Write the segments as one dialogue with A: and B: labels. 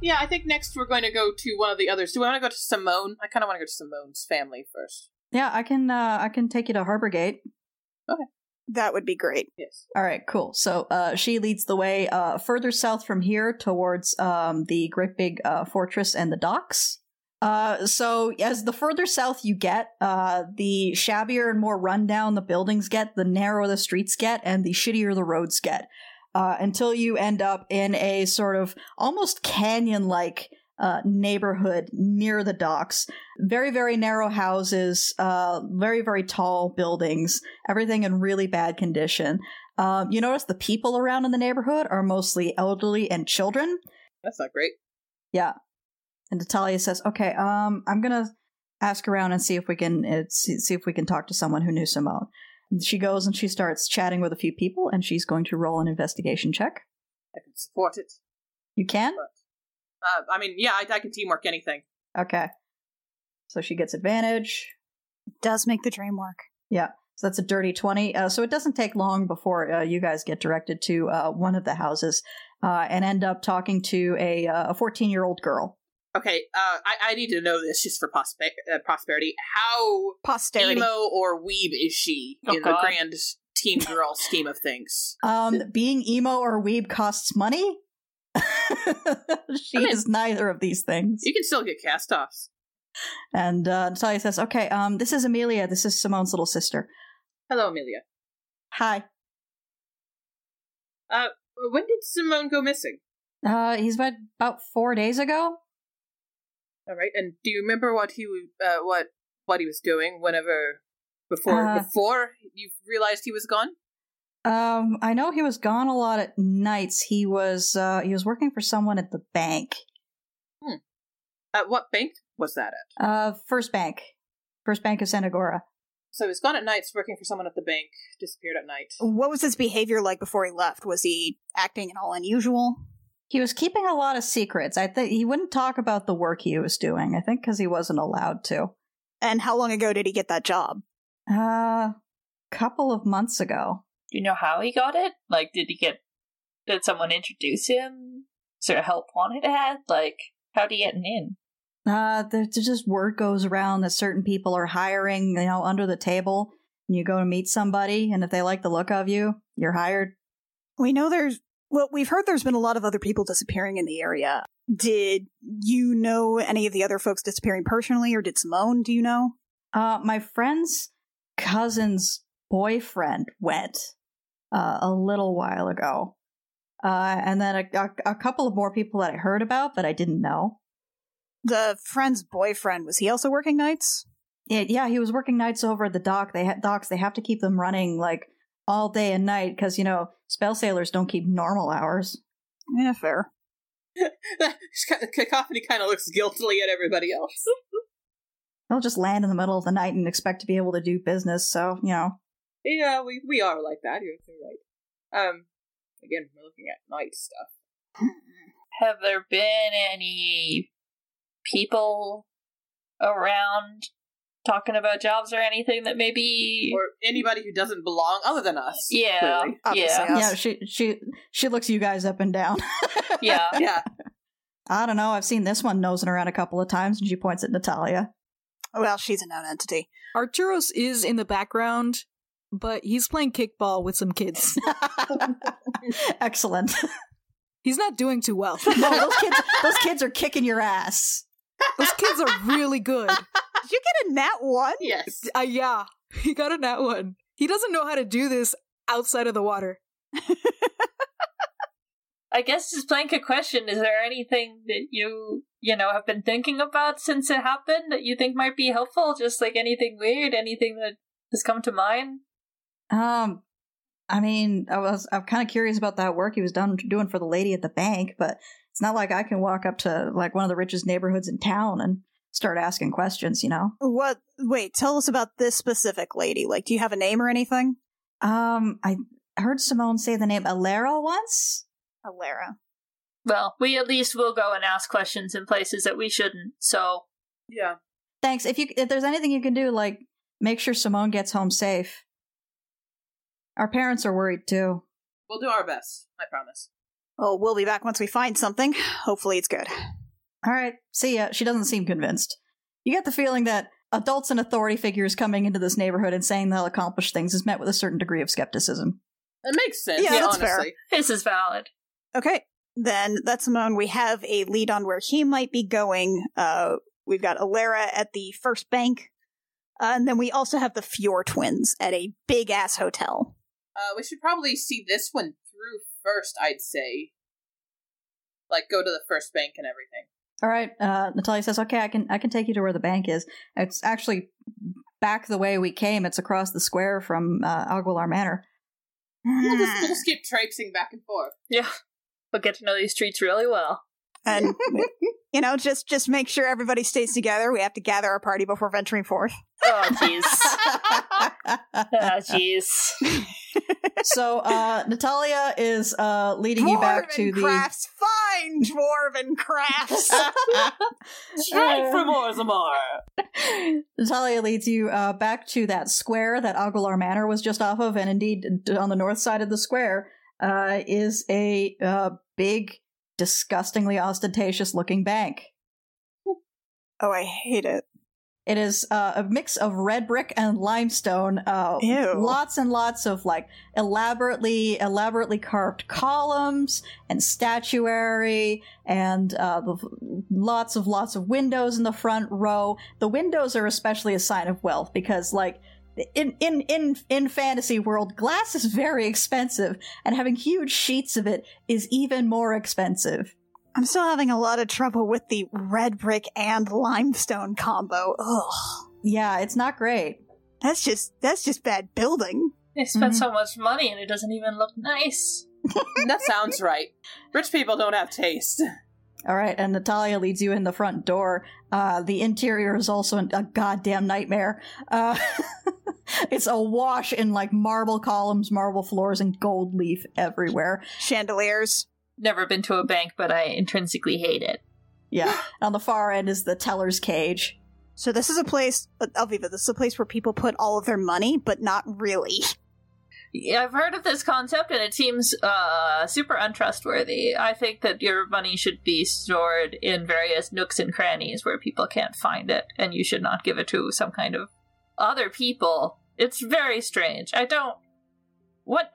A: Yeah, I think next we're going to go to one of the others. Do we want to go to Simone? I kind of want to go to Simone's family first.
B: Yeah, I can uh I can take you to Harborgate.
C: That would be great.
A: Yes.
B: All right, cool. So uh, she leads the way uh, further south from here towards um, the great big uh, fortress and the docks. Uh, so as the further south you get, uh, the shabbier and more rundown the buildings get, the narrower the streets get, and the shittier the roads get, uh, until you end up in a sort of almost canyon-like uh, neighborhood near the docks. Very, very narrow houses, uh, very, very tall buildings, everything in really bad condition. Um, you notice the people around in the neighborhood are mostly elderly and children.
A: That's not great.
B: And Natalia says, "Okay, um, I'm gonna ask around and see if we can uh, see, see if we can talk to someone who knew Simone." And she goes and she starts chatting with a few people, and she's going to roll an investigation check.
A: I can support it.
B: You can,
A: Uh, I mean, yeah, I, I can teamwork anything.
B: okay. So she gets advantage.
C: Does make the dream work.
B: So that's a dirty 20. Uh, so it doesn't take long before uh, you guys get directed to uh, one of the houses uh, and end up talking to a uh, a 14 year old girl.
A: Okay, uh, I, I need to know this just for prospe- uh, prosperity. How
C: Posterity.
A: emo or weeb is she
D: Oh,
A: in the
D: God.
A: grand teen girl scheme of things?
B: Um, being emo or weeb costs money. she
A: I mean-
B: is neither of these things.
A: You can still get cast offs.
B: And uh, Natalia says, Okay, um, this is Amelia. This is Simone's little sister.
A: Hello, Amelia.
B: Hi.
A: Uh, When did Simone go missing?
B: Uh, he's about, about four days ago.
A: All right, and do you remember what he w- uh, what what he was doing whenever before
B: Uh.
A: before you realized he was gone?
B: Um, I know he was gone a lot at nights. He was uh, he was working for someone at the bank.
A: At what bank was that at?
B: Uh, First Bank. First Bank of Santagora.
A: So he was gone at nights working for someone at the bank, disappeared at night.
D: Oh,
C: What was his behavior like before he left? Was he acting at all unusual?
B: He was keeping a lot of secrets. I think he wouldn't talk about the work he was doing. I think because he wasn't allowed to.
C: And how long ago did he get that job?
B: Uh, couple of months ago.
D: Do you know how he got it? Like, did he get? Did someone introduce him? Sort of help wanted ad? Like, how'd he get an in?
B: Uh, there's there's just word goes around that certain people are hiring. You know, under the table, and you go to meet somebody, and if they like the look of you, you're hired.
C: We know there's well, we've heard there's been a lot of other people disappearing in the area. Did you know any of the other folks disappearing personally, or did Simone? Do you know?
B: Uh, my friend's cousin's boyfriend went uh, a little while ago. Uh, and then a, a, a couple of more people that I heard about, but I didn't know.
C: The friend's boyfriend was he also working nights?
B: Yeah, yeah, he was working nights over at the dock. They ha- docks they have to keep them running like all day and night because you know spell sailors don't keep normal hours.
C: Yeah, fair.
A: Cacophony kind of looks guiltily at everybody else.
B: They'll just land in the middle of the night and expect to be able to do business. So you know,
A: yeah, we we are like that. You're you're right. Um, again, we're looking at night stuff.
D: Have there been any people around talking about jobs or anything that maybe?
A: Or anybody who doesn't belong other than us.
D: yeah,
A: clearly.
C: Obviously.
D: yeah,
C: Yes.
B: yeah, she she she looks you guys up and down.
D: yeah.
A: Yeah.
B: I don't know. I've seen this one nosing around a couple of times, and she points at Natalia.
C: Well, she's a known entity.
E: Arturos is in the background, but he's playing kickball with some kids.
B: Excellent.
E: he's not doing too well.
B: No, those kids those kids are kicking your ass.
E: Those kids are really good.
C: Did you get a nat one?
A: Yes.
E: Uh, yeah, he got a nat one. He doesn't know how to do this outside of the water.
D: I guess just blank a question. Is there anything that you you know have been thinking about since it happened that you think might be helpful? Just like anything weird, anything that has come to mind.
B: Um, I mean, I was I'm kind of curious about that work he was done doing for the lady at the bank, but it's not like I can walk up to like one of the richest neighborhoods in town and start asking questions, you know.
C: What? Wait, tell us about this specific lady. Like, do you have a name or anything?
B: Um, I heard Simone say the name Alero once.
C: Alara.
D: Well, we at least will go and ask questions in places that we shouldn't. So
A: Yeah.
B: Thanks. If you if there's anything you can do, like make sure Simone gets home safe. Our parents are worried too.
A: We'll do our best. I promise.
C: Well, Oh, we'll be back once we find something. Hopefully, it's good.
B: All right, see ya. She doesn't seem convinced. You get the feeling that adults and authority figures coming into this neighborhood and saying they'll accomplish things is met with a certain degree of skepticism.
A: It makes sense.
C: Yeah,
A: Yeah,
C: that's
A: honestly.
C: fair.
D: This is valid.
C: Okay, then that's Simone. We have a lead on where he might be going. Uh, we've got Alara at the first bank, uh, and then we also have the Fjord twins at a big ass hotel.
A: Uh, we should probably see this one through first. I'd say, like, go to the first bank and everything.
B: All right, uh, Natalia says, "Okay, I can I can take you to where the bank is. It's actually back the way we came. It's across the square from uh, Aguilar Manor."
C: Hmm.
A: We'll just, we'll just keep traipsing back and forth.
D: Yeah. We'll get to know these streets really well.
C: and you know, just just make sure everybody stays together. We have to gather our party before venturing forth.
D: Oh, jeez. oh, jeez.
B: so uh, Natalia is uh, leading you back to the.
C: crafts, fine dwarven crafts.
B: Straight from
A: Orzammar.
B: Natalia leads you uh, back to that square that Aguilar Manor was just off of, and indeed d- on the north side of the square uh, is a uh, big, disgustingly ostentatious-looking bank.
C: oh, I hate it.
B: It is uh, a mix of red brick and limestone. Uh,
C: Ew.
B: Lots and lots of like elaborately elaborately carved columns and statuary, and uh, the- lots of lots of windows in the front row. The windows are especially a sign of wealth because like. In, in in in fantasy world, glass is very expensive, and having huge sheets of it is even more expensive.
C: I'm still having a lot of trouble with the red brick and limestone combo. Ugh,
B: Yeah, it's not great.
C: that's just that's just bad building.
D: They spent
B: Mhm.
D: so much money and it doesn't even look nice.
A: that sounds right. Rich people don't have taste.
B: All right, and Natalia leads you in the front door. Uh, the interior is also an- a goddamn nightmare. Uh, it's awash in like marble columns, marble floors, and gold leaf everywhere.
C: Chandeliers.
D: Never been to a bank, but I intrinsically hate it.
B: Yeah, on the far end is the teller's cage.
C: So this is a place, uh, Elviva. This is a place where people put all of their money, but not really.
D: Yeah, I've heard of this concept and it seems uh, super untrustworthy. I think that your money should be stored in various nooks and crannies where people can't find it, and you should not give it to some kind of other people. It's very strange. I don't. What?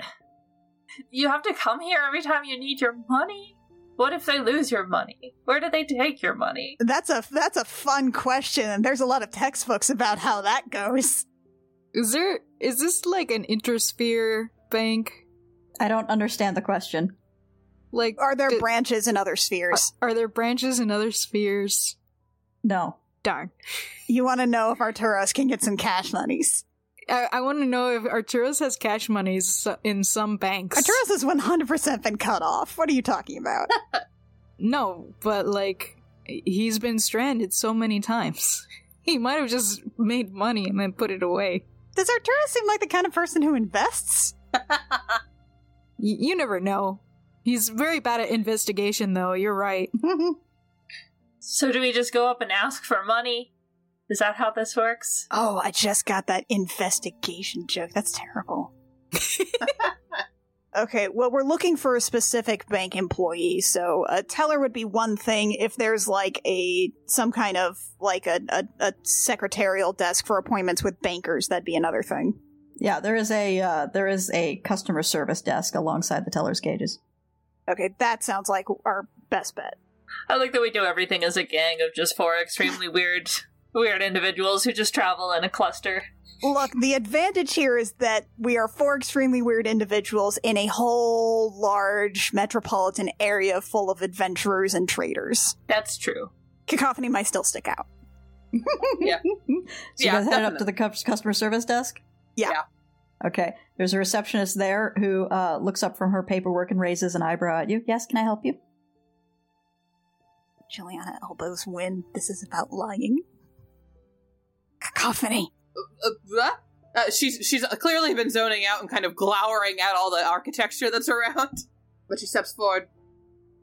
D: You have to come here every time you need your money? What if they lose your money? Where do they take your money?
C: That's a that's a fun question, and there's a lot of textbooks about how that goes.
E: Is there is this like an intersphere bank?
B: I don't understand the question.
E: Like
C: Are there
E: do-
C: branches in other
E: are,
C: spheres?
E: are there branches in other spheres?
B: No.
E: Darn.
C: You want to know if Arturos can get some cash monies.
E: I, I want to know if Arturus has cash monies so- in some banks.
C: Arturos has 100% been cut off. What are you talking about?
E: No, but like he's been stranded so many times. He might have just made money and then put it away.
C: Does Arturos seem like the kind of person who invests?
E: Y- you never know. He's very bad at investigation, though. You're right.
D: So, do we just go up and ask for money? Is that how this works?
C: Oh, I just got that investigation joke. That's terrible. okay, well, we're looking for a specific bank employee, so a teller would be one thing. If there's like a some kind of like a, a, a secretarial desk for appointments with bankers, that'd be another thing.
B: Yeah, there is a uh, there is a customer service desk alongside the teller's cages.
C: Okay, that sounds like our best bet.
D: I like that we do everything as a gang of just four extremely weird, weird individuals who just travel in a cluster.
C: Look, the advantage here is that we are four extremely weird individuals in a whole large metropolitan area full of adventurers and traders.
D: That's true.
C: Cacophony might still stick out.
A: Yeah.
B: so you
A: Yeah,
B: guys headed up to
A: definitely.
B: the cus- customer service desk.
C: Yeah.
B: Okay. There's a receptionist there who uh, looks up from her paperwork and raises an eyebrow at you. Yes, can I help you?
C: Juliana elbows win. This is about lying. Cacophony.
A: Uh, uh, uh, she's she's clearly been zoning out and kind of glowering at all the architecture that's around. But she steps forward.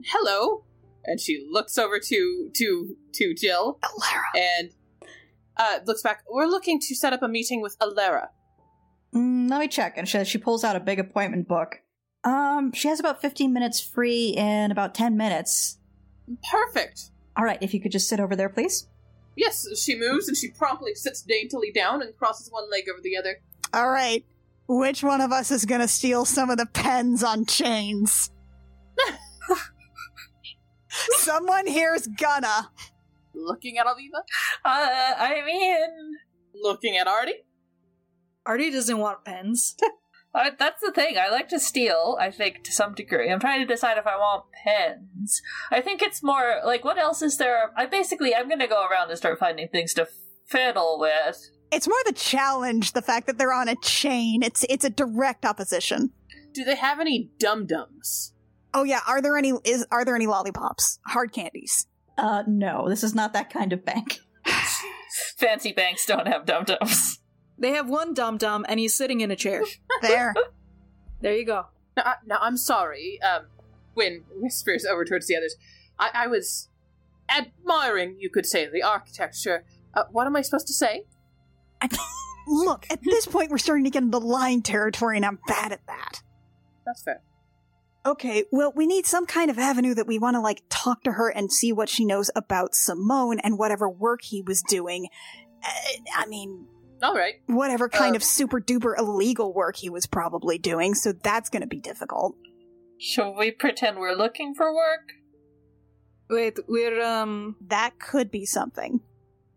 A: Hello, and she looks over to to to Jill
C: Alara.
A: and uh, looks back. We're looking to set up a meeting with Alara.
B: Mm, let me check. And she, she pulls out a big appointment book. Um, she has about 15 minutes free in about 10 minutes.
A: Perfect.
B: All right, if you could just sit over there, please.
A: Yes, she moves and she promptly sits daintily down and crosses one leg over the other.
C: All right. Which one of us is going to steal some of the pens on chains? Someone here's gonna.
A: Looking at Alviva,
D: Uh, I mean,
A: looking at Artie.
E: Artie doesn't want pens.
D: I, that's the thing. I like to steal, I think, to some degree. I'm trying to decide if I want pens. I think it's more like, what else is there? I basically, I'm going to go around and start finding things to fiddle with.
C: It's more the challenge, the fact that they're on a chain. It's it's a direct opposition.
A: Do they have any dum dums?
C: Oh yeah, are there any is are there any lollipops? Hard candies.
B: Uh, no, this is not that kind of bank.
D: Fancy banks don't have dum dums.
E: They have one dum dum and he's sitting in a chair.
C: There.
E: There you go.
A: No, I, no I'm sorry. Um, Wynn whispers over towards the others. I, I was admiring, you could say, the architecture. Uh, what am I supposed to say?
C: Look, at this point we're starting to get into line territory and I'm bad at that.
A: That's fair.
C: Okay, well, we need some kind of avenue that we want to like talk to her and see what she knows about Simone and whatever work he was doing. Uh, I mean,
A: All right.
C: whatever kind
A: Um,
C: of super duper illegal work he was probably doing, so that's going to be difficult.
D: Shall we pretend we're looking for work?
E: Wait, we're um
C: That could be something.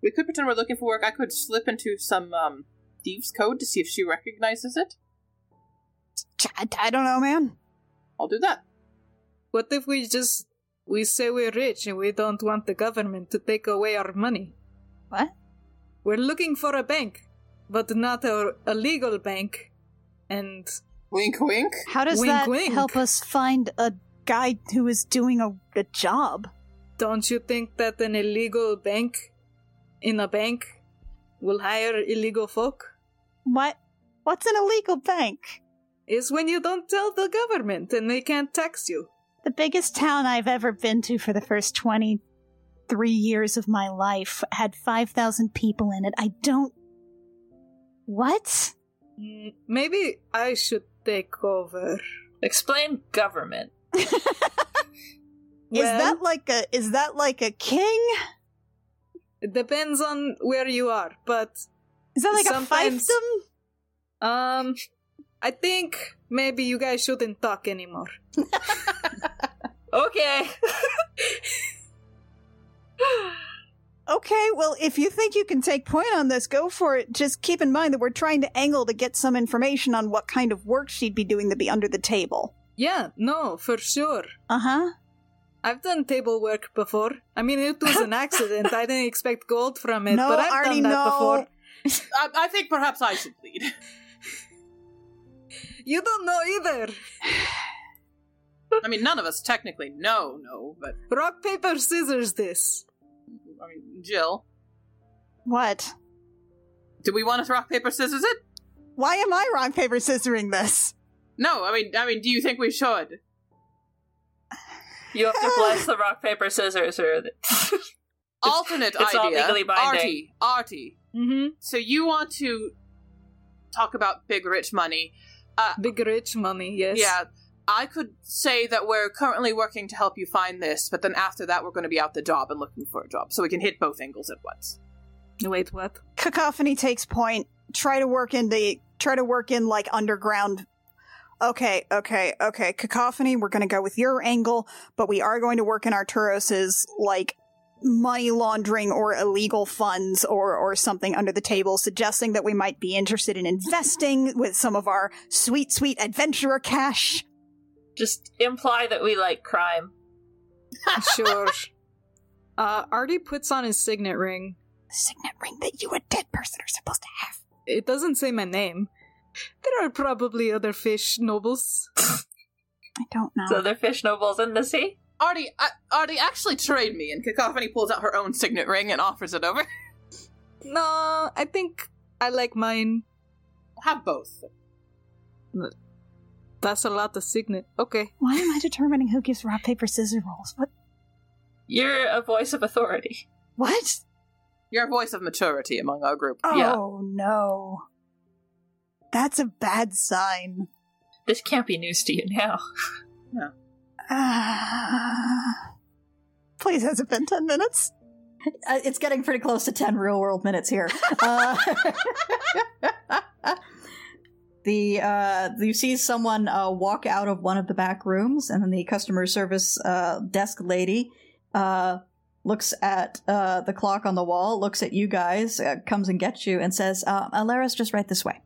A: We could pretend we're looking for work. I could slip into some um, thieves' code to see if she recognizes it.
C: Ch- I, I don't know, man.
A: I'll do that.
E: what if we just we say we're rich and we don't want the government to take away our money?
C: What?
E: We're looking for a bank, but not a, a legal bank. And
A: Wink, wink.
C: How does
E: Wink,
C: that
E: wink.
C: help us find a guy who is doing a good job?
E: don't you think that an illegal bank in a bank will hire illegal folk?
C: What? What's an illegal bank?
E: Is when you don't tell the government and they can't tax you.
C: The biggest town I've ever been to for the first 23 years of my life had 5,000 people in it. I don't. What?
E: Mm, Maybe I should take over.
D: Explain government.
C: Is that like a is that like a king?
E: It depends on where you are, but
C: Is that like
E: Sometimes-
C: a fiefdom?
E: um, I think maybe you guys shouldn't talk anymore.
D: Okay.
C: Okay, well, if you think you can take point on this, go for it. Just keep in mind that we're trying to angle to get some information on what kind of work she'd be doing to be under the table.
E: Yeah, no, for sure.
C: Uh huh.
E: I've done table work before. I mean, it was an accident. I didn't expect gold from it,
C: No,
E: but I've
C: Arnie,
E: done that
C: no.
E: before.
A: I, I think perhaps I should lead.
E: You don't know either.
A: I mean, none of us technically know, no, but
E: Rock, paper, scissors. This.
A: I mean, Jill,
C: What?
A: do we want to rock paper scissors it?
C: Why am I rock, paper, scissoring this?
A: No, I mean, I mean, do you think we should?
D: you have to bless the rock, paper, scissors, or.
A: Alternate
D: it's
A: idea.
D: not legally binding.
A: Artie, Artie.
E: Mm-hmm.
A: So you want to talk about big rich money?
E: Big rich money. Yes.
A: Yeah. I could say that we're currently working to help you find this, but then after that, we're going to be out the job and looking for a job, so we can hit both angles at once.
E: Wait, what?
C: Cacophony takes point. Try to work in the try to work in like underground. Okay, okay, okay. Cacophony, we're gonna go with your angle, but we are going to work in Arturos's like money laundering or illegal funds or or something under the table, suggesting that we might be interested in investing with some of our sweet, sweet adventurer cash.
D: Just imply that we like crime.
E: sure. Uh, Artie puts on his signet ring.
C: Signet ring that you a dead person are supposed to have.
E: It doesn't say my name. There are probably other fish nobles.
C: I don't know.
D: So they're fish nobles in the sea?
A: Artie, I, Artie, actually trade me. And Cacophony pulls out her own signet ring and offers it over.
E: No, I think I like mine.
A: Have both.
E: That's a lot of signet. Okay.
C: Why am I determining who gives rock, paper, scissors rolls? What
D: You're a voice of authority.
C: what?
A: You're a voice of maturity among our group.
C: Oh
D: Yeah.
C: no. That's a bad sign.
D: This can't be news to you now.
C: Ah. please, has it been 10 minutes?
B: Uh, it's getting pretty close to 10 real world minutes here. Uh, the uh, you see someone uh, walk out of one of the back rooms, and then the customer service uh, desk lady uh, looks at uh, the clock on the wall, looks at you guys, uh, comes and gets you, and says, uh, Alara's just right this way.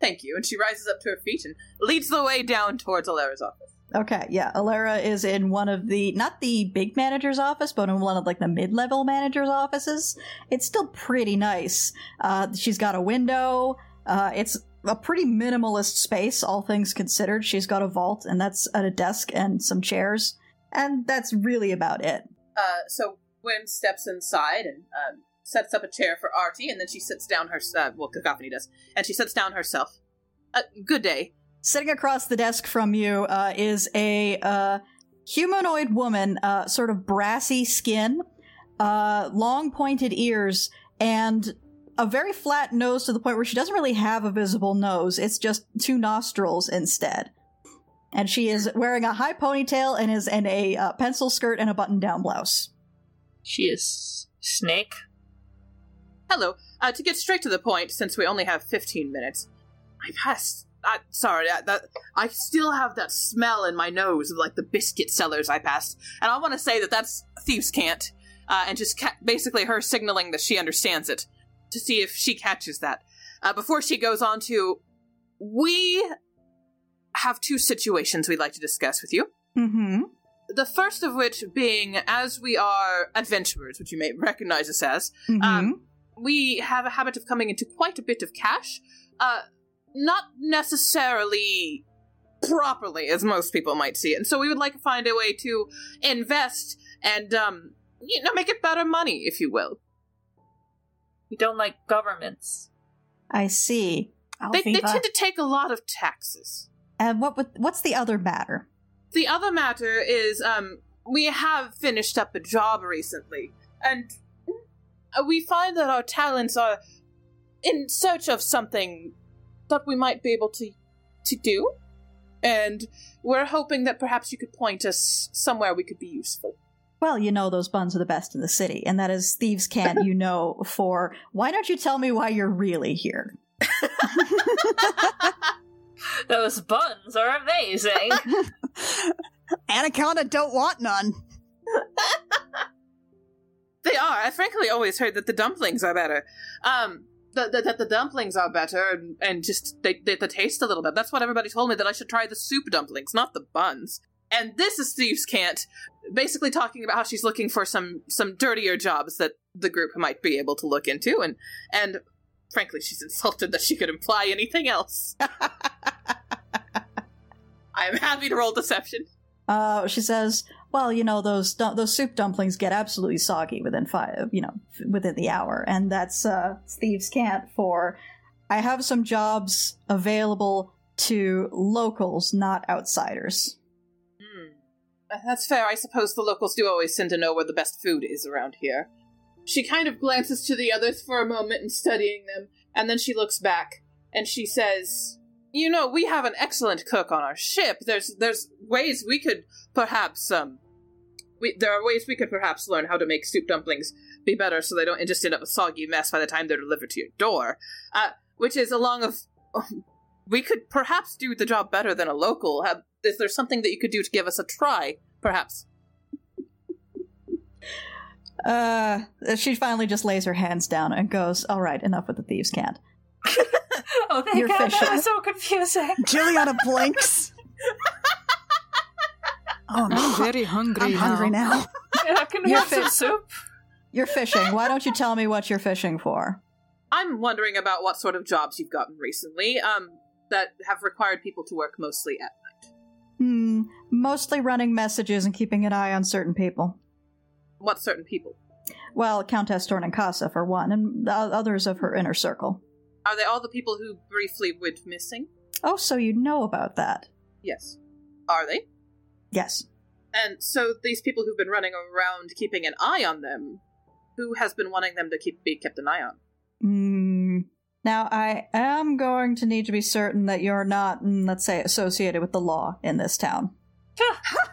A: Thank you. And she rises up to her feet and leads the way down towards Alara's office.
B: Okay, yeah. Alara is in one of the not the big manager's office, but in one of like the mid-level manager's offices. It's still pretty nice. Uh, she's got a window. Uh, it's a pretty minimalist space, all things considered. She's got a vault, and that's at a desk and some chairs, and that's really about it.
A: Uh, so Gwen steps inside and um, sets up a chair for Artie, and then she sits down her. Uh, well, Cacophony does, and she sits down herself. Uh, good day.
B: Sitting across the desk from you uh, is a uh, humanoid woman, uh, sort of brassy skin, uh, long pointed ears, and a very flat nose to the point where she doesn't really have a visible nose. It's just two nostrils instead. And she is wearing a high ponytail and is in a uh, pencil skirt and a button down blouse.
D: She is Snake.
A: Hello. Uh, to get straight to the point, since we only have fifteen minutes, I passed. I, sorry, that, that I still have that smell in my nose of like the biscuit sellers I passed, and I want to say that that's thieves can't, uh, and just ca- basically her signaling that she understands it to see if she catches that uh, before she goes on to. We have two situations we'd like to discuss with you.
B: Mm hmm.
C: Mm-hmm.
A: The first of which being, as we are adventurers, which you may recognize us as,
C: Mm-hmm.
A: Um, we have a habit of coming into quite a bit of cash. Uh, not necessarily properly, as most people might see it. And so we would like to find a way to invest and, um, you know, make it better money, if you will.
D: We don't like governments.
B: I see.
A: They, they
C: Alviva.
A: tend to take a lot of taxes.
B: And what would, what's the other matter?
A: The other matter is, um, we have finished up a job recently, and we find that our talents are in search of something that we might be able to to do, and we're hoping that perhaps you could point us somewhere we could be useful.
B: Well, you know those buns are the best in the city, and that is thieves can't you know for why don't you tell me why you're really here?
D: Those buns are amazing.
C: Anaconda don't want none.
A: They are. I frankly always heard that the dumplings are better. Um, that the, that the dumplings are better, and, and just they, they the taste a little bit. That's what everybody told me that I should try the soup dumplings, not the buns. And this is Steve's cant, basically talking about how she's looking for some some dirtier jobs that the group might be able to look into, and and frankly, she's insulted that she could imply anything else. I'm happy to roll deception.
B: Uh, she says, "Well, you know those du- those soup dumplings get absolutely soggy within five, you know, f- within the hour, and that's uh, thieves can't for." I have some jobs available to locals, not outsiders.
A: Uh, That's fair. I suppose the locals do always tend to know where the best food is around here. She kind of glances to the others for a moment in studying them, and then she looks back and she says, "You know, we have an excellent cook on our ship. There's there's ways we could perhaps um we, there are ways we could perhaps learn how to make soup dumplings be better so they don't just end up a soggy mess by the time they're delivered to your door." Uh which is along of we could perhaps do the job better than a local. Have, is there something that you could do to give us a try? Perhaps.
B: Uh, she finally just lays her hands down and goes, "All right, enough with the thieves can't."
D: oh, thank
B: You're
D: God,
B: fishy.
D: that was so confusing.
C: Juliana blinks. oh, no.
E: I'm very hungry
C: I'm
E: now.
C: hungry now.
D: I can we
B: You're
D: have some
B: fi-
D: soup.
B: You're fishing. Why don't you tell me what you're fishing for?
A: I'm wondering about what sort of jobs you've gotten recently, um, that have required people to work mostly at.
B: Hmm, mostly running messages and keeping an eye on certain people.
A: What certain people?
B: Well, Countess Tornincasa for one, and the others of her inner circle.
A: Are they all the people who briefly went missing?
B: Oh, so you know about that?
A: Yes. Are they?
B: Yes.
A: And so these people who've been running around keeping an eye on them, who has been wanting them to keep be kept an eye on?
B: Hmm. Now, I am going to need to be certain that you're not, mm, let's say, associated with the law in this town.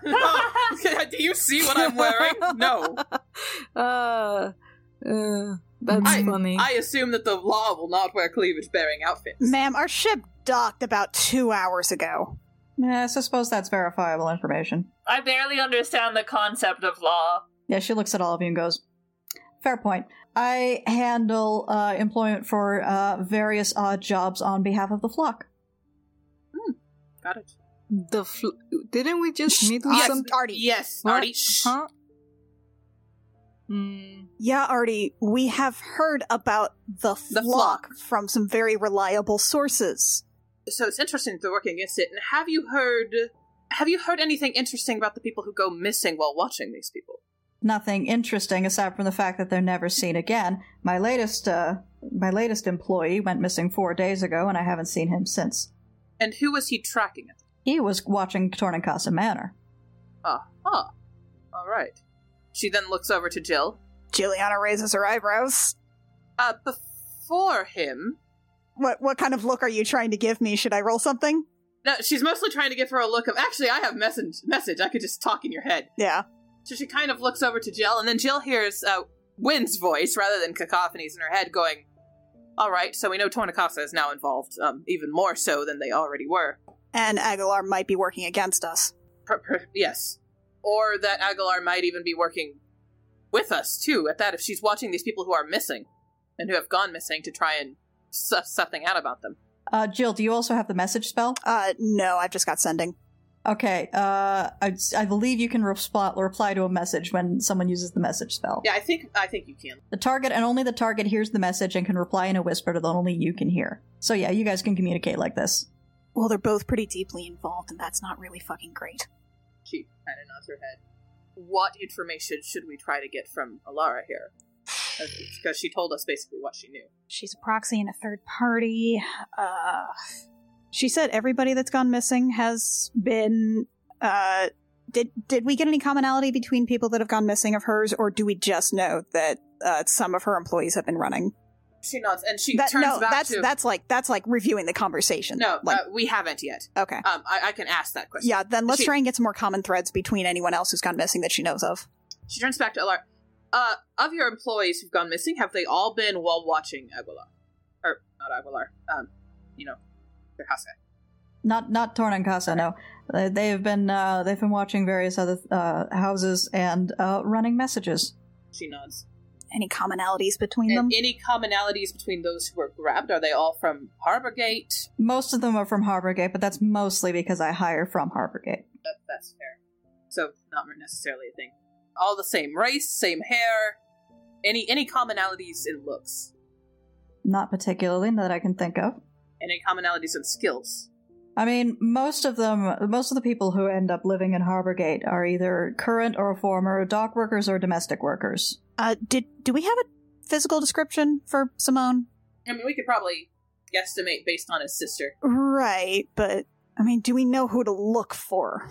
A: Oh, do you see what I'm wearing? No.
E: Uh, uh,
B: Hmm.
E: that's
A: I-
E: funny.
A: I assume that the law will not wear cleavage bearing outfits.
C: Ma'am, our ship docked about two hours ago.
B: Yeah, so I suppose that's verifiable information.
D: I barely understand the concept of law.
B: Yeah, she looks at all of you and goes, Fair point. I handle uh, employment for uh, various odd jobs on behalf of the flock.
A: Got it.
E: the fl- didn't we just meet with
C: Yes,
E: some?
C: Artie.
A: Yes,
E: What? Uh-huh.
A: Artie. Shh.
E: Huh? Mm,
C: Yeah, Artie, we have heard about the flock,
A: The
C: from some very reliable sources.
A: So it's interesting that they're working against it. And have you heard? Have you heard anything interesting about the people who go missing while watching these people?
B: Nothing interesting aside from the fact that they're never seen again. My latest, uh, my latest employee went missing four days ago, and I haven't seen him since.
A: And who was he tracking it?
B: He was watching Tornincasa Manor.
A: Ah, all right. She then looks over to Jill.
C: Juliana raises her eyebrows.
A: Uh, before him,
C: What what kind of look are you trying to give me? Should I roll something?
A: no, she's mostly trying to give her a look of. Actually, I have message. Message. I could just talk in your head.
C: Yeah.
A: So she kind of looks over to Jill, and then Jill hears uh, Wynn's voice rather than cacophonies in her head going, All right, so we know Tornicasa is now involved, um, even more so than they already were.
C: And Aguilar might be working against us.
A: Per- per- yes. Or that Aguilar might even be working with us, too, at that, if she's watching these people who are missing and who have gone missing to try and suss something out about them.
B: Uh, Jill, do you also have the message spell?
C: Uh, no, I've just got sending.
B: Okay, uh, I, I believe you can respl- reply to a message when someone uses the message spell.
A: Yeah, I think I think you can.
B: The target and only the target hears the message and can reply in a whisper that only you can hear. So yeah, you guys can communicate like this.
C: Well, they're both pretty deeply involved, and that's not really fucking great.
A: She kind of nods her head. What information should we try to get from Alara here? Uh, Because she told us basically what she knew.
C: She's a proxy and a third party. Uh, she said everybody that's gone missing has been. Uh, did did we get any commonality between people that have gone missing of hers, or do we just know that uh, some of her employees have been running?
A: She nods, and she
C: That-
A: turns
C: no,
A: back
C: that's
A: to
C: that's like that's like reviewing the conversation.
A: no.
C: like
A: uh, we haven't yet.
C: okay,
A: Um, I, I can ask that question.
C: yeah. Then let's
A: she-
C: try and get some more common threads between anyone else who's gone missing that she knows of.
A: She turns back to Alar. Uh, of your employees who've gone missing, have they all been while watching Aguilar, or not Aguilar? Um, you know, their house guy.
B: Not not Torn and Casa, no. Uh, They have been uh, they've been watching various other uh, houses and uh, running messages.
A: She nods.
C: Any commonalities between them?
A: And any commonalities between those who were grabbed? Are they all from Harborgate?
B: Most of them are from Harborgate, but that's mostly because I hire from Harborgate.
A: That, that's fair. So not necessarily a thing. All the same race, same hair. Any any commonalities in looks?
B: Not particularly that I can think of.
A: Any commonalities in skills?
B: I mean, most of them, most of the people who end up living in Harborgate are either current or former dock workers or domestic workers.
C: uh, did do we have a physical description for Simone?
A: I mean, we could probably guesstimate based on his sister.
C: Right, but I mean, do we know who to look for?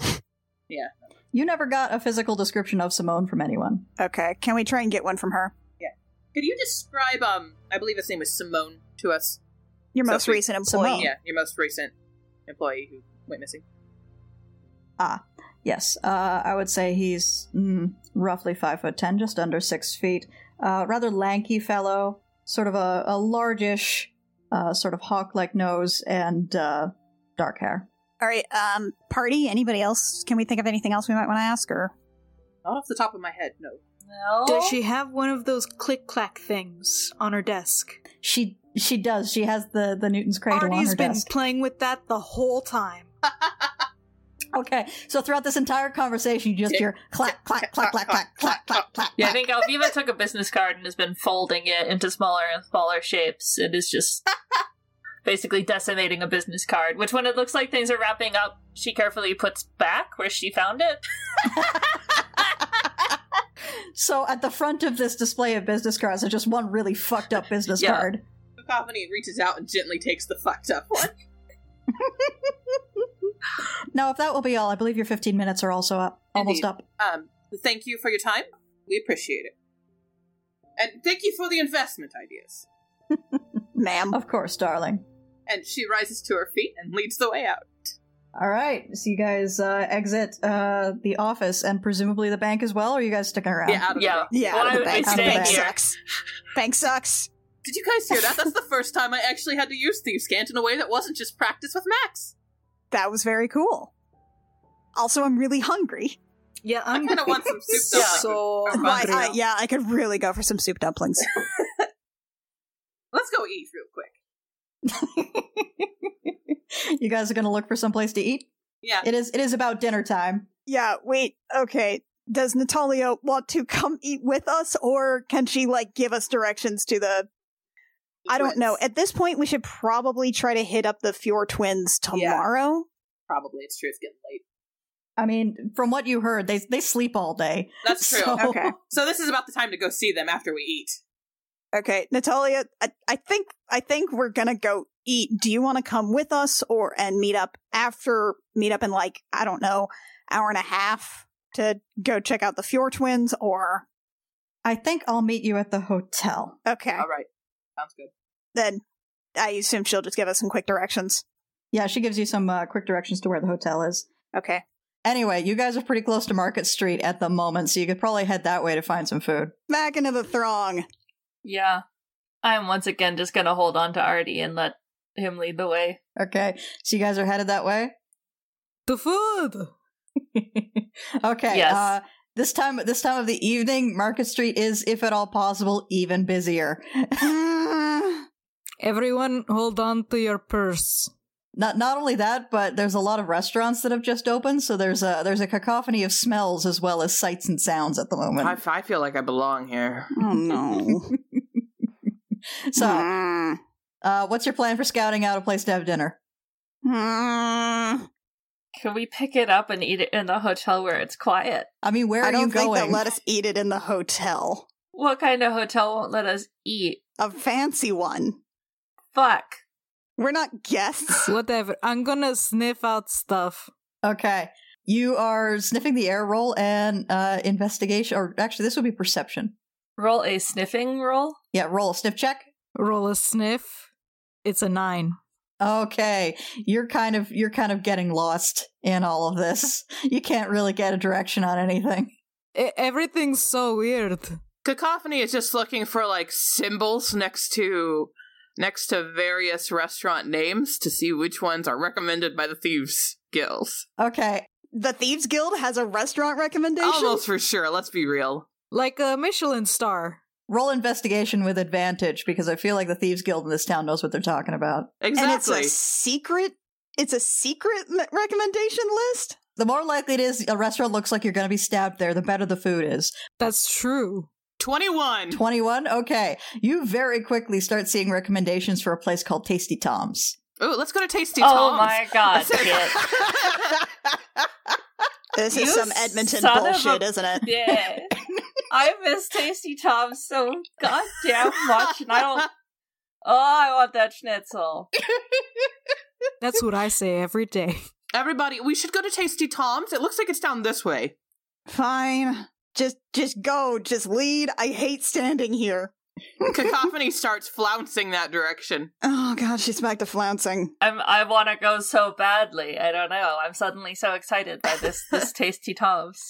B: You never got a physical description of Simone from anyone.
C: Okay, can we try and get one from her?
A: Could you describe, um, I believe his name was Simone to us?
C: Your most
A: Sophie.
C: recent employee.
B: Simone.
A: Yeah, your most recent employee who went missing.
B: Yes, uh, I would say he's mm, roughly five foot ten, just under six feet. Uh, rather lanky fellow, sort of a, a largish, uh, sort of hawk-like nose and uh, dark hair.
C: All right, um, party. Anybody else? Can we think of anything else we might want to ask? Or
A: Not off the top of my head, no.
D: No.
E: does she have one of those click clack things on her desk?
B: She she does. She has the the Newton's cradle on
E: Artie's
B: her
E: been
B: desk.
E: playing with that the whole time.
B: Okay, so throughout this entire conversation, you just hear clack clack clack clack clack clack clack clack.
D: Yeah, I
B: clack.
D: think Alviva took a business card and has been folding it into smaller and smaller shapes. It is just basically decimating a business card, which when it looks like things are wrapping up, she carefully puts back where she found it.
B: So at the front of this display of business cards is just one really fucked up business
D: Yeah.
B: card.
A: Cacophony reaches out and gently takes the fucked up one.
B: Now, if that will be all, I believe your 15 minutes are also up, almost
A: Indeed.
B: up.
A: Um, thank you for your time. We appreciate it. And thank you for the investment ideas.
C: ma'am.
B: Of course, darling.
A: And she rises to her feet and leads the way out.
B: All right, so you guys uh, exit uh, the office and presumably the bank as well, or are you guys sticking around?
A: Yeah, out of
D: Yeah.
A: the
C: Yeah,
D: Why
C: out of the
D: would we
C: bank.
B: stay
C: bank
B: here?
C: sucks. Bank sucks.
A: Did you guys hear that? That's the first time I actually had to use Thieves Cant in a way that wasn't just practice with Max.
C: That was very cool. Also, I'm really hungry.
E: Yeah,
A: I
E: I'm
A: kind of want some soup dumplings.
E: so
A: I'm
C: Why,
E: hungry.
C: I, yeah, I could really go for some soup dumplings.
A: Let's go eat real quick.
B: you guys are going to look for someplace to eat.
A: Yeah.
B: It is. It is about dinner time.
C: yeah, wait, okay. Does Natalia want to come eat with us, or can she, like, give us directions to the. I don't know.
A: It's-
C: At this point, we should probably try to hit up the Fjord twins
A: Yeah.
C: tomorrow.
A: Probably it's true. It's getting late.
B: I mean, from what you heard, they they sleep all day.
A: That's true.
B: So-
C: Okay.
A: So this is about the time to go see them after we eat.
C: Okay, Natalia, I, I think I think we're gonna go eat. Do you want to come with us or and meet up after meet up in like I don't know hour and a half to go check out the Fjord twins or
B: I think I'll meet you at the hotel.
C: okay
A: All right. Sounds good.
C: then I assume she'll just give us some quick directions.
B: Yeah, she gives you some uh, quick directions to where the hotel is.
C: Okay,
B: Anyway, you guys are pretty close to Market Street at the moment, so you could probably head that way to find some food.
C: back into the throng.
D: Yeah. I'm once again just gonna hold on to Artie and let him lead the way.
B: Okay, so you guys are headed that way.
E: The food.
B: okay.
D: Yes.
B: Uh, this time, this time of the evening, Market Street is, if at all possible, even busier.
C: Oh,
E: Everyone, hold on to your purse.
B: Not not only that, but there's a lot of restaurants that have just opened, so there's a there's a cacophony of smells as well as sights and sounds at the moment.
A: I feel like I belong here.
C: oh no! Mm-hmm.
B: so, uh, what's your plan for scouting out a place to have dinner?
D: Can we pick it up and eat it in the hotel where it's quiet?
B: I mean, where
C: I
B: are
C: don't
B: you
C: think
B: going?
C: they'll let us eat it in the hotel.
D: What kind of hotel won't let us eat?
C: A fancy one.
D: Fuck.
C: We're not guests.
E: Whatever. I'm gonna sniff out stuff.
B: okay, you are sniffing the air roll and uh, investigation, or actually, this would be perception.
D: Roll a sniffing roll.
B: Yeah, roll a sniff check.
E: Roll a sniff. It's a nine.
B: Okay, you're kind of you're kind of getting lost in all of this. You can't really get a direction on anything.
E: E- everything's so weird.
A: Cacophony is just looking for like symbols next to next to various restaurant names to see which ones are recommended by the thieves guilds.
B: Okay,
C: the Thieves Guild has a restaurant recommendation.
A: Almost for sure. Let's be real.
E: Like a Michelin star.
B: roll investigation with advantage because I feel like the thieves guild in this town knows what they're talking about.
A: Exactly.
C: And it's a secret. It's a secret m- recommendation list.
B: The more likely it is a restaurant looks like you're going to be stabbed there, the better the food is.
E: That's true.
A: Twenty-one.
B: 21? Okay. You very quickly start seeing recommendations for a place called Tasty Tom's.
A: Ooh, let's go to Tasty
D: oh
A: Tom's.
D: my god, kid.
C: This
D: You
C: is some Edmonton
D: son of a-
C: bullshit, isn't it?
D: Yeah. I miss Tasty Tom so goddamn much, and I don't. Oh, I want that schnitzel.
E: That's what I say every day.
A: Everybody, we should go to Tasty Tom's. It looks like it's down this way.
C: Fine. Just, just go. Just lead. I hate standing here.
A: Cacophony starts flouncing that direction.
C: Oh god, she's back to flouncing.
D: I'm, I want to go so badly. I don't know. I'm suddenly so excited by this this Tasty Tom's.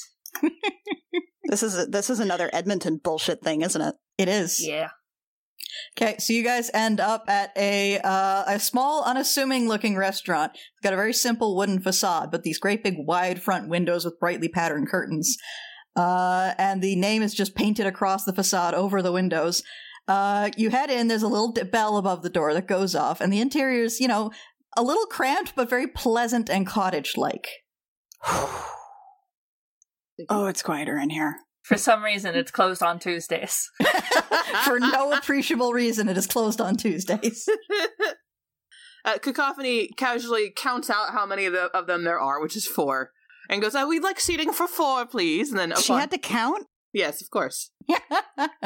C: This is a, this is another Edmonton bullshit thing, isn't it?
B: It is.
D: Yeah.
B: Okay, so you guys end up at a uh, a small, unassuming looking restaurant. It's got a very simple wooden facade, but these great big wide front windows with brightly patterned curtains. Uh, and the name is just painted across the facade over the windows. Uh, you head in, there's a little d- bell above the door that goes off, and the interior is, you know, a little cramped, but very pleasant and cottage like.
C: Oh, it's quieter in here.
D: For some reason, it's closed on Tuesdays.
B: For no appreciable reason, it is closed on Tuesdays.
A: uh, Cacophony casually counts out how many of, the, of them there are, which is four, and goes, oh, "We'd like seating for four, please." And then,
C: She
A: upon-
C: had to count.
A: yes, of course.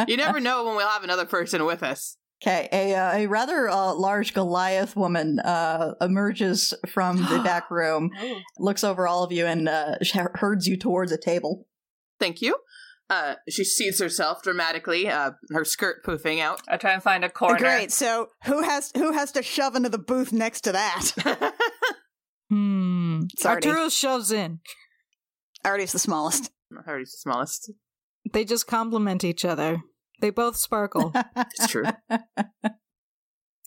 A: You never know when we'll have another person with us.
B: Okay, a, uh, a rather uh, large Goliath woman uh, emerges from the back room, looks over all of you, and uh, sh- herds you towards a table.
A: Thank you. Uh, she seats herself dramatically, uh, her skirt poofing out.
D: I try and find a corner.
C: Great. So who has who has to shove into the booth next to that?
E: Hmm.
C: Sorry.
E: Arturo shoves in.
C: Artie's the smallest.
A: Hardy's the smallest.
E: They just compliment each other. They both sparkle.
A: It's true.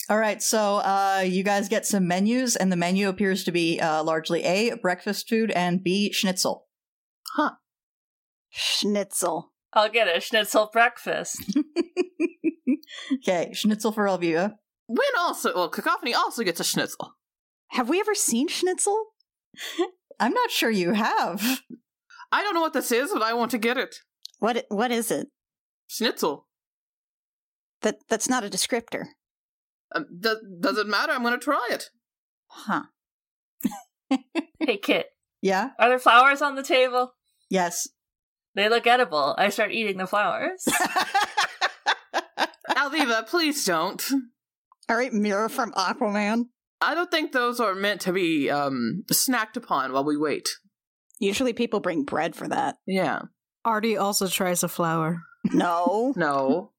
B: All right, so uh, you guys get some menus, and the menu appears to be uh, largely A, breakfast food, and B, schnitzel.
C: Schnitzel.
D: I'll get a schnitzel breakfast.
B: okay, schnitzel for all of you. huh?
A: When also, well, Cacophony also gets a schnitzel.
C: Have we ever seen schnitzel?
B: I'm not sure you have.
A: I don't know what this is, but I want to get it.
C: What what is it?
A: Schnitzel.
C: That that's not a descriptor.
A: Um, do- doesn't matter. I'm going to try it.
C: Huh.
D: hey, Kit,
B: Yeah?
D: are there flowers on the table?
B: Yes.
D: They look edible. I start eating the flowers.
A: Alviva, please don't.
C: All right, Mira from Aquaman.
A: I don't think those are meant to be um, snacked upon while we wait.
C: Usually people bring bread for that.
A: Yeah.
E: Artie also tries a flower.
C: No.
A: No.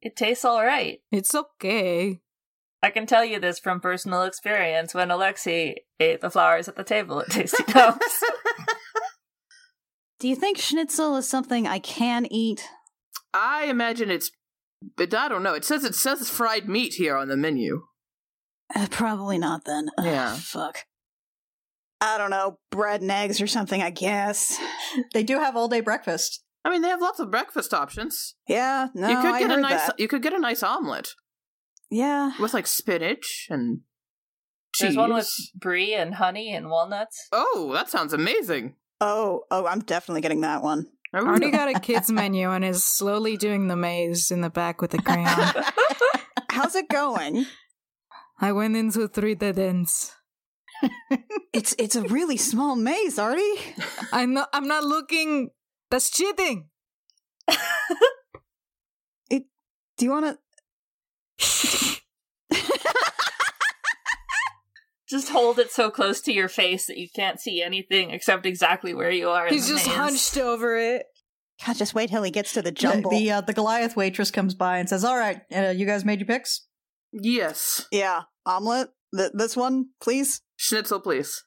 D: it tastes all right.
E: It's okay.
D: I can tell you this from personal experience. When Alexi ate the flowers at the table at Tasty Gnomes,
C: Do you think schnitzel is something I can eat?
A: I imagine it's. But I don't know. It says it says fried meat here on the menu.
C: Uh, probably not then. Ugh,
A: Yeah.
C: fuck. I don't know, bread and eggs or something, I guess.
B: They do have all day breakfast.
A: I mean, they have lots of breakfast options.
C: Yeah, no,
A: you could
C: I
A: get
C: heard
A: a nice.
C: that.
A: You could get a nice omelet
C: Yeah.
A: with like spinach and cheese.
D: there's one with brie and honey and walnuts.
A: Oh, that sounds amazing.
C: Oh, oh, I'm definitely getting that one.
A: I would-
E: Artie got a kids menu and is slowly doing the maze in the back with a crayon.
C: How's it going?
E: I went into three dead ends.
C: it's it's a really small maze, Artie.
E: I'm not, I'm not looking. That's cheating.
C: Do you want to?
D: Just hold it so close to your face that you can't see anything except exactly where you are. in
E: He's
D: the
E: just
D: maze.
E: hunched over it.
C: God, just wait till he gets to the
B: The-
C: jumble.
B: The, uh, the Goliath waitress comes by and says, All right, uh, you guys made your picks?
A: yes,
C: yeah, omelet. Th- this one, please.
A: schnitzel, please.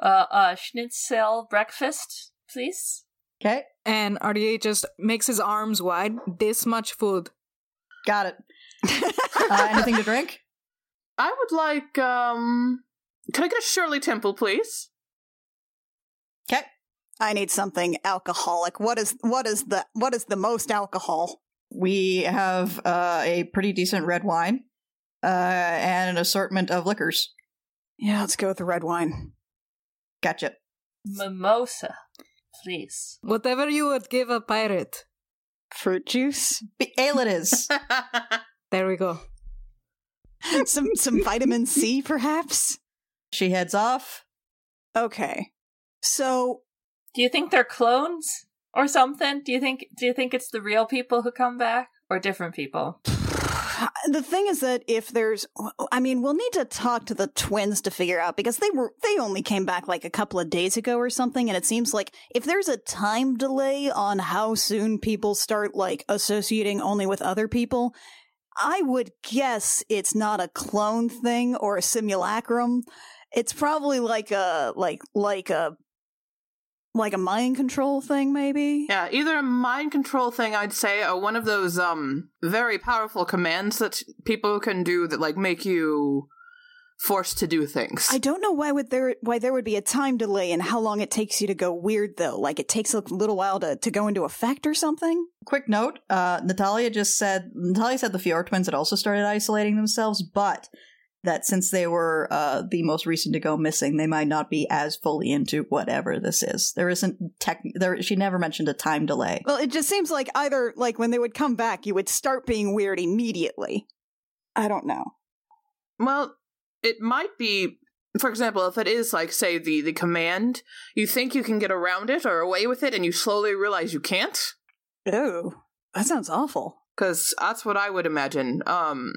D: Uh, uh, schnitzel breakfast, please.
B: Okay,
E: And Artie just makes his arms wide. This much food.
B: got it. Uh, anything to drink?
A: I would like. um Can I get a Shirley Temple, please?
B: Okay.
C: I need something alcoholic. What is what is the what is the most alcohol?
B: We have uh, a pretty decent red wine uh, and an assortment of liquors.
C: Yeah, let's go with the red wine.
B: Gotcha.
D: Mimosa, please.
E: Whatever you would give a pirate.
C: Fruit juice,
B: B- ale it is.
E: There we go.
C: some some vitamin C, perhaps.
B: she heads off.
C: Okay, so
D: Do you think they're clones or something? Do you think do you think it's the real people who come back or different people?
C: the thing is that if there's i mean we'll need to talk to the twins to figure out because they were they only came back like a couple of days ago or something and it seems like if there's a time delay on how soon people start like associating only with other people i would guess it's not a clone thing or a simulacrum it's probably like a like like a like a mind control thing maybe
A: yeah, either a mind control thing, I'd say, or one of those um very powerful commands that people can do that like make you forced to do things.
C: I don't know why would there why there would be a time delay and how long it takes you to go weird though. Like it takes a little while to, to go into effect or something.
B: Quick note: uh, Natalia just said Natalia said the Fior twins had also started isolating themselves, but that since they were uh, the most recent to go missing, they might not be as fully into whatever this is. There isn't tech. There, she never mentioned a time delay.
C: Well, it just seems like either like when they would come back, you would start being weird immediately. I don't know.
A: Well, it might be. For example, if it is like say the the command, you think you can get around it or away with it, and you slowly realize you can't.
C: Ooh, that sounds awful.
A: Because that's what I would imagine. Um,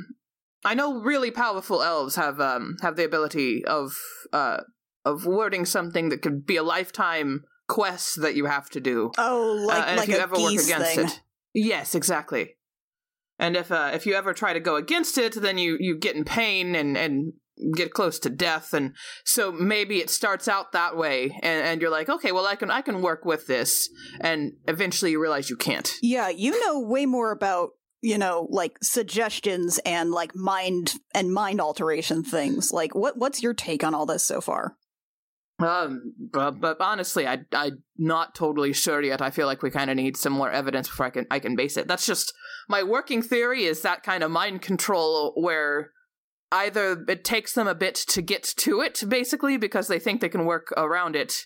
A: I know really powerful elves have um have the ability of uh of wording something that could be a lifetime quests that you have to do.
C: Oh, like
A: uh, and
C: like
A: if you
C: a
A: ever work
C: geese
A: against
C: thing.
A: it, yes, exactly. And if uh, if you ever try to go against it, then you you get in pain and and get close to death. And so maybe it starts out that way, and, and you're like, okay, well, I can I can work with this, and eventually you realize you can't.
C: Yeah, you know way more about you know like suggestions and like mind and mind alteration things. Like, what what's your take on all this so far?
A: Um, but, but honestly, I I'm not totally sure yet. I feel like we kind of need some more evidence before I can I can base it. That's just my working theory is that kind of mind control where either it takes them a bit to get to it, basically because they think they can work around it,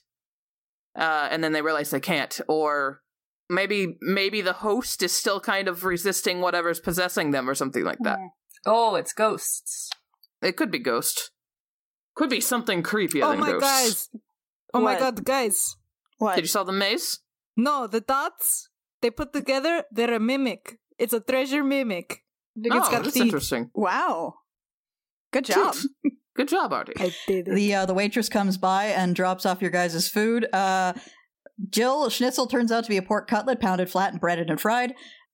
A: uh, and then they realize they can't, or maybe maybe the host is still kind of resisting whatever's possessing them or something like that.
D: Oh, it's ghosts.
A: It could be ghost, could be something creepier
E: oh
A: than
E: my
A: ghosts.
E: guys! Oh my
D: What?
E: god, guys!
C: What?
A: Did you saw the maze?
E: No, the dots they put together, they're a mimic. It's a treasure mimic. Like,
A: oh,
E: it's got
A: that's
E: teeth.
A: interesting.
C: wow, good job.
A: Good job, Artie.
E: I did it.
B: The uh, the waitress comes by and drops off your guys' food. Uh, Jill Schnitzel turns out to be a pork cutlet, pounded flat and breaded and fried.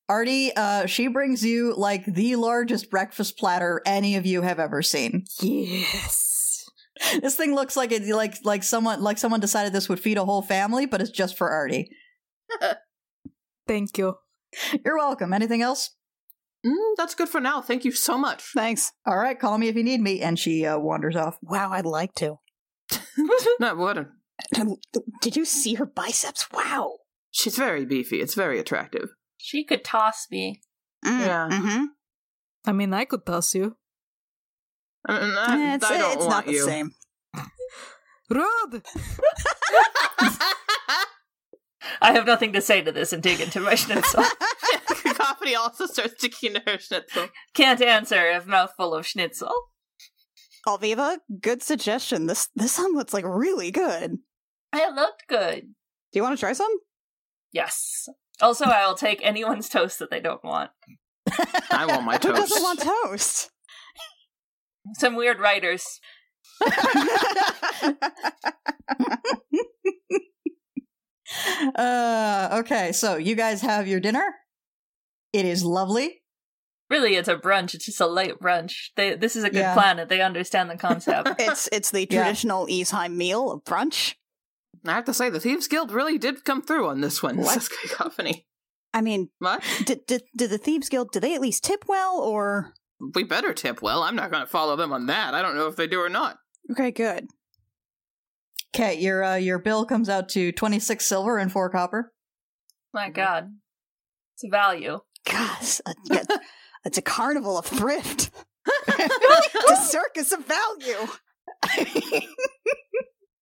B: Artie, uh, she brings you like the largest breakfast platter any of you have ever seen.
E: yes.
B: This thing looks like it like like someone like someone decided this would feed a whole family, but it's just for Artie.
E: Thank you.
B: You're welcome. Anything else?
A: Mm, that's good for now. Thank you so much.
C: Thanks.
B: All right, call me if you need me. And she uh, wanders off.
C: Wow, I'd like to. Um,
A: no, wouldn't.
C: Did you see her biceps? Wow.
A: She's very beefy. It's very attractive.
D: She could toss me.
A: Yeah.
C: Mm-hmm.
E: I mean, I could toss you.
A: I, mean, I,
C: Eh, it's
A: I don't
C: it's
A: want
C: not the
A: you.
C: same.
E: Rod!
D: I have nothing to say to this and dig into my schnitzel.
A: Cacophony also starts sticking to her schnitzel.
D: Can't answer if mouthful of schnitzel.
C: Alviva, good suggestion. This this omelet's like really good. Do
D: It looked good.
C: you want to try some?
D: Yes. Also, I'll take anyone's toast that they don't want.
A: I want my
C: Who
A: toast.
C: doesn't want toast?
D: Some weird writers.
B: uh, okay, so you guys have your dinner. It is lovely.
D: Really, it's a brunch. It's just a late brunch. They, this is a good
B: Yeah.
D: planet. They understand the concept.
C: it's it's the
B: Yeah.
C: traditional Eastheim meal of brunch.
A: I have to say, the Thieves Guild really did come through on this one.
C: What?
A: Says Cacophony.
C: I mean,
A: What?
C: did, did did the Thieves Guild do they at least tip well or
A: We better tip well. I'm not going to follow them on that. I don't know if they do or not.
C: Okay, good.
B: Okay, your uh, your bill comes out to twenty six silver and four copper.
D: My God. It's a value.
C: Gosh, uh, yeah, it's a carnival of thrift. it's a circus of value.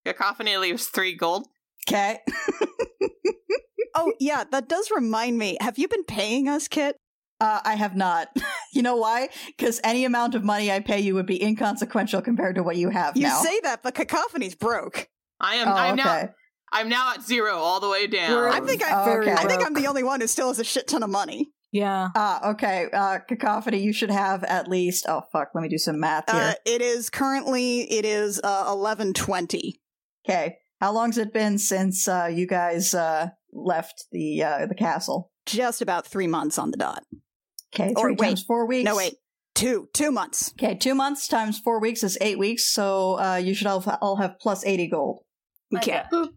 A: Cacophony leaves three gold.
B: Okay,
C: Oh yeah, that does remind me. Have you been paying us, Kit?
B: uh, I have not. you know why? Because any amount of money I pay you would be inconsequential compared to what you have
C: You
B: now.
C: say that, but cacophony's broke.
A: I am.
B: oh,
A: I'm now.
B: okay.
A: I'm now at zero all the way down.
E: We're-
C: I think
B: Oh,
C: I,
B: okay.
C: I think I'm the only one who still has a shit ton of money.
E: Yeah.
B: Ah, okay. Uh, cacophony, you should have at least. Oh fuck, let me do some math
C: Uh,
B: here.
C: it is currently it is uh, eleven twenty.
B: Okay, how long's it been since uh, you guys uh, left the uh, the castle?
C: Just about three months on the dot.
B: Okay,
C: Or
B: three
C: wait.
B: times four weeks.
C: No wait, two two months.
B: Okay, two months times four weeks is eight weeks, so uh, you should all, all have plus 80 gold.
D: My
C: Okay.
D: God.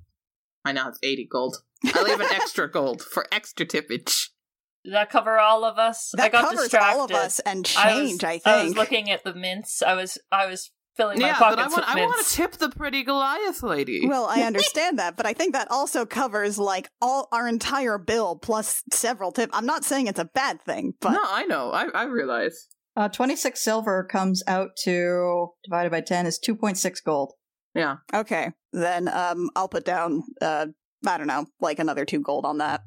A: I now have eighty gold. I leave an extra gold for extra tippage.
D: Did that cover all of us? I
C: That
D: got
C: covers
D: distracted.
C: all of us and
D: I was-
C: change. I, think.
D: I was looking at the mints. I was I was filling my
A: yeah,
D: pockets
A: but I want
D: with
A: I
D: mints.
A: want to tip the pretty Goliath lady.
C: Well, I understand that, but I think that also covers like all our entire bill plus several tips. I'm not saying it's a bad thing, but
A: no, I know. I, I realize.
B: Uh, 26 silver comes out to, divided by 10 is 2.6 gold.
C: okay. Then um, I'll put down. Uh, I don't know, like another two gold on that.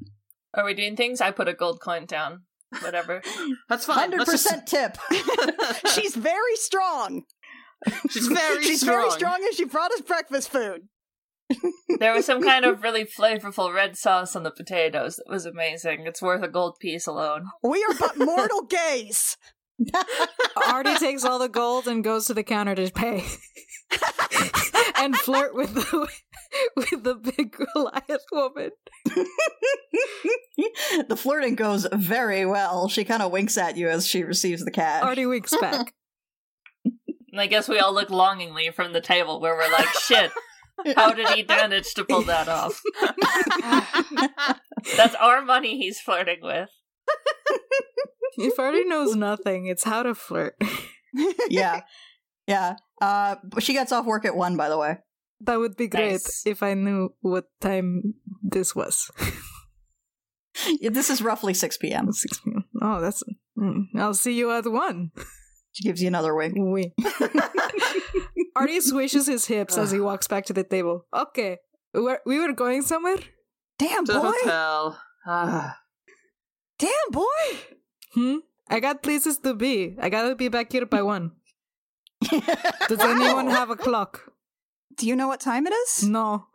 D: Are we doing things? I put a gold coin down. Whatever.
A: That's fine.
B: 100%
A: Let's just-
B: tip.
C: She's very strong.
A: she's very
C: She's
A: strong.
C: very strong, and she brought us breakfast food.
D: there was some kind of really flavorful red sauce on the potatoes that was amazing. It's worth a gold piece alone.
C: We are but mortal gays.
E: Artie takes all the gold and goes to the counter to pay and flirt with the with the big Goliath woman.
B: the flirting goes very well. She kind of winks at you as she receives the cash.
E: Artie winks back.
D: And I guess we all look longingly from the table where we're like, shit, how did he manage to pull that off? That's our money he's flirting with.
E: if Artie knows nothing, it's how to flirt.
B: yeah, yeah. Uh, but she gets off work at one, by the way.
E: That would be great
D: Nice.
E: if I knew what time this was.
B: Yeah, This is roughly six p.m.
E: 6 p.m. Oh, that's. mm, I'll see you at 1.
B: She gives you another wink.
E: We. Artie swishes his hips as he walks back to the table. Okay, we're, we were going somewhere?
C: Damn
A: To the
C: boy!
A: hotel. Ah.
C: Damn boy!
E: Hmm? I got places to be. I gotta be back here by 1. Does anyone have a clock?
C: Do you know what time it is?
E: No.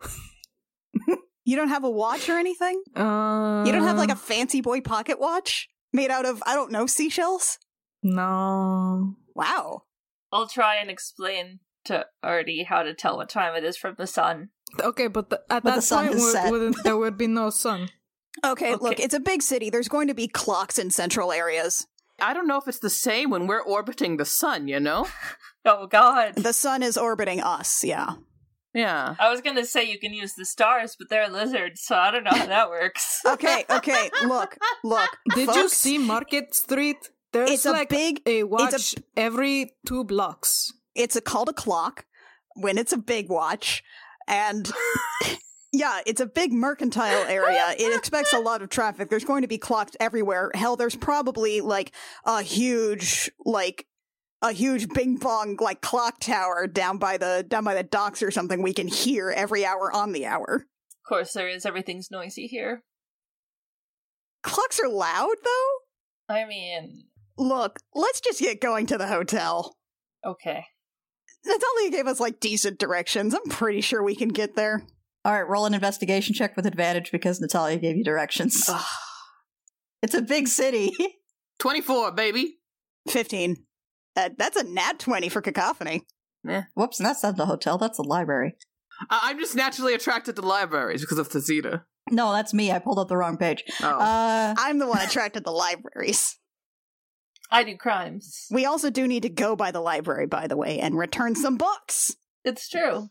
C: You don't have a watch or anything?
E: Uh,
C: You don't have like a fancy boy pocket watch made out of I don't know seashells?
E: No.
C: Wow.
D: I'll try and explain to Artie how to tell what time it is from the sun.
E: Okay, but the,
B: But
E: at
B: the
E: that
B: sun
E: point,
B: has
E: would,
B: set.
E: wouldn't- there would be no sun.
C: Okay, look,
D: Okay.
C: it's a big city. There's going to be clocks in central areas.
A: I don't know if it's the same when we're orbiting the sun, you know?
D: Oh, God.
C: The sun is orbiting us, yeah.
A: Yeah.
D: I was gonna say you can use the stars, but they're lizards, so I don't know how that works.
C: Okay, okay, look, look.
E: Did you
C: folks,
E: see Market Street? There's
C: It's a
E: like
C: big-
E: a watch
C: it's a-
E: every two blocks.
C: It's a called a clock when it's a big watch. And yeah, it's a big mercantile area. It expects a lot of traffic. There's going to be clocks everywhere. Hell, there's probably like a huge, like, a huge bing bong like clock tower down by the down by the docks or something we can hear every hour on the hour.
D: Of course, there is. Everything's noisy here.
C: Clocks are loud though?
D: I mean,
C: Look, let's just get going to the hotel.
D: okay.
C: Natalia gave us like decent directions. I'm pretty sure we can get there.
B: All right, roll an investigation check with advantage because Natalia gave you directions.
C: Ugh.
B: It's a big city.
A: 24, baby.
C: 15. Uh, that's a nat 20 for cacophony.
B: Whoops, and that's not the hotel. That's the library.
A: I- I'm just naturally attracted to libraries because of Tazita.
B: No, that's me. I pulled up the wrong page.
A: Oh.
B: Uh,
C: I'm the one attracted to libraries.
D: I do crimes.
C: We also do need to go by the library, by the way, and return some books.
D: It's true.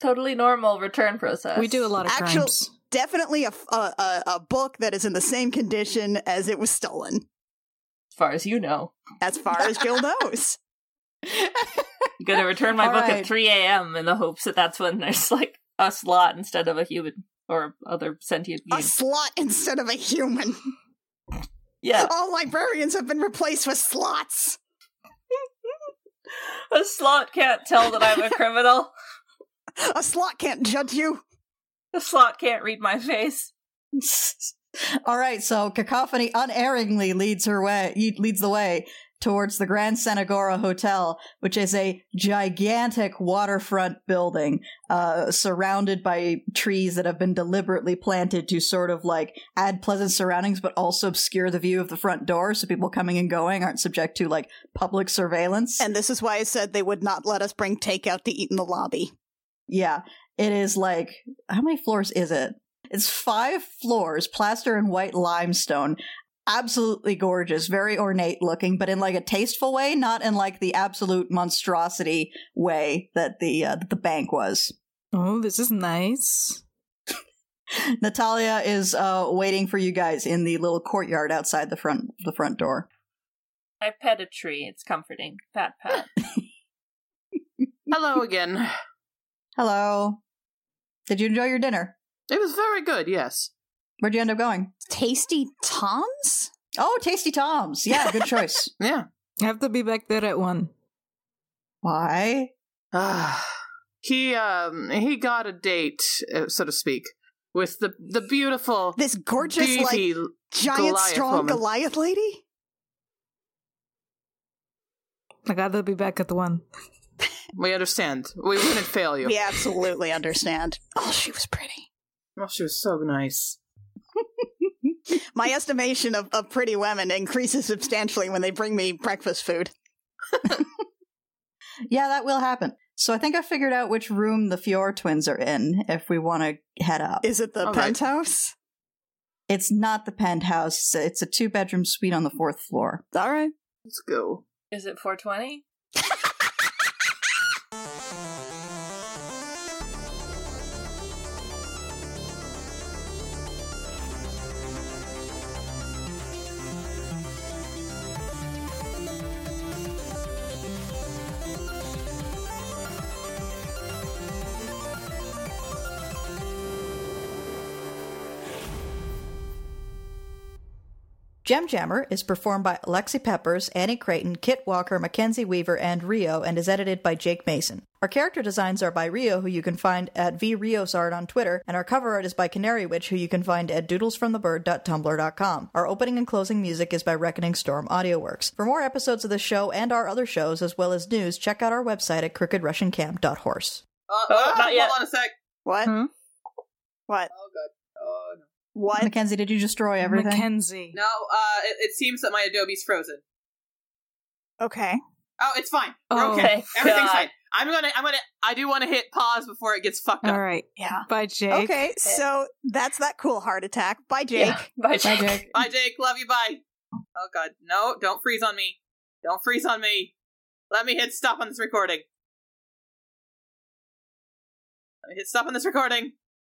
D: Totally normal return process.
E: We do a lot of
C: Actual-
E: crimes.
C: Definitely a, f- a- a- a book that is in the same condition as it was stolen,
D: As far as you know,
C: as far as Jill knows.
B: Uh,
D: I'm gonna return my
B: All
D: book
B: right.
D: at 3 a.m. in the hopes that that's when there's like a slot instead of a human or other sentient being.
C: A slot instead of a human.
D: yeah,
C: All librarians have been replaced with slots.
D: a slot can't tell that I'm a criminal.
C: A slot can't judge you.
D: A slot can't read my face.
B: all right, so Cacophony unerringly leads her way, e, leads the way towards the Grand Senagora Hotel, which is a gigantic waterfront building uh, surrounded by trees that have been deliberately planted to sort of like add pleasant surroundings, but also obscure the view of the front door, so people coming and going aren't subject to like public surveillance.
C: And this is why I said they would not let us bring takeout to eat in the lobby.
B: Yeah, it is like how many floors is it? It's five floors, plaster and white limestone. Absolutely gorgeous, very ornate looking, but in like a tasteful way, not in like the absolute monstrosity way that the uh, that the bank was.
E: Oh, this is nice.
B: Natalia is uh, waiting for you guys in the little courtyard outside the front the front door.
D: I pet a tree. It's comforting. Pat, pat.
A: Hello again.
B: Hello. Did you enjoy your dinner?
A: It was very good, yes.
B: Where'd you end up going?
C: Tasty Tom's?
B: Oh, Tasty Tom's. Yeah, good choice.
A: Yeah.
E: I have to be back there at 1.
B: Why?
A: Ah. he um he got a date, uh, so to speak, with the the beautiful
C: This gorgeous, like,
A: beauty.
C: giant,
A: Goliath
C: strong
A: woman.
C: Goliath lady?
E: I gotta be back at 1.
A: we understand. We wouldn't fail you.
C: We absolutely understand. Oh, she was pretty.
A: Oh, she was so nice.
C: My estimation of, of pretty women increases substantially when they bring me breakfast food.
B: Yeah, that will happen. So I think I figured out which room the Fior twins are in if we want to head up.
C: Is it the
A: All right.
C: penthouse?
B: It's not the penthouse. It's a, it's a two bedroom suite on the fourth floor.
C: All right.
A: Let's go.
D: Is it 420?
B: Gem Jammer is performed by Alexi Peppers, Annie Creighton, Kit Walker, Mackenzie Weaver, and Rio, and is edited by Jake Mason. Our character designs are by Rio, who you can find at vriosart on Twitter, and our cover art is by Canary Witch, who you can find at doodlesfromthebird.tumblr.com. Our opening and closing music is by Reckoning Storm AudioWorks. For more episodes of this show and our other shows, as well as news, check out our website at crookedrussiancamp.horse.
A: Uh, uh,
D: not
A: hold
D: yet.
A: on a sec.
C: What?
E: Hmm?
C: What?
A: Oh god. Oh no.
C: What?
B: Mackenzie, did you destroy everything?
E: Mackenzie.
A: No, uh, it, it seems that my Adobe's frozen.
C: Okay.
A: Oh, it's fine. We're
E: Oh,
A: okay.
D: thank
A: Everything's
D: God.
A: fine. I'm gonna, I'm gonna, I do want to hit pause before it gets fucked up.
E: All right.
C: Yeah.
E: Bye, Jake.
C: Okay, so that's that cool heart attack. Bye, Jake.
D: Yeah. By
B: Bye,
D: Jake.
B: Jake.
A: Bye, Jake. Love you. Bye. Oh god, no! Don't freeze on me. Don't freeze on me. Let me hit stop on this recording. Let me hit stop on this recording.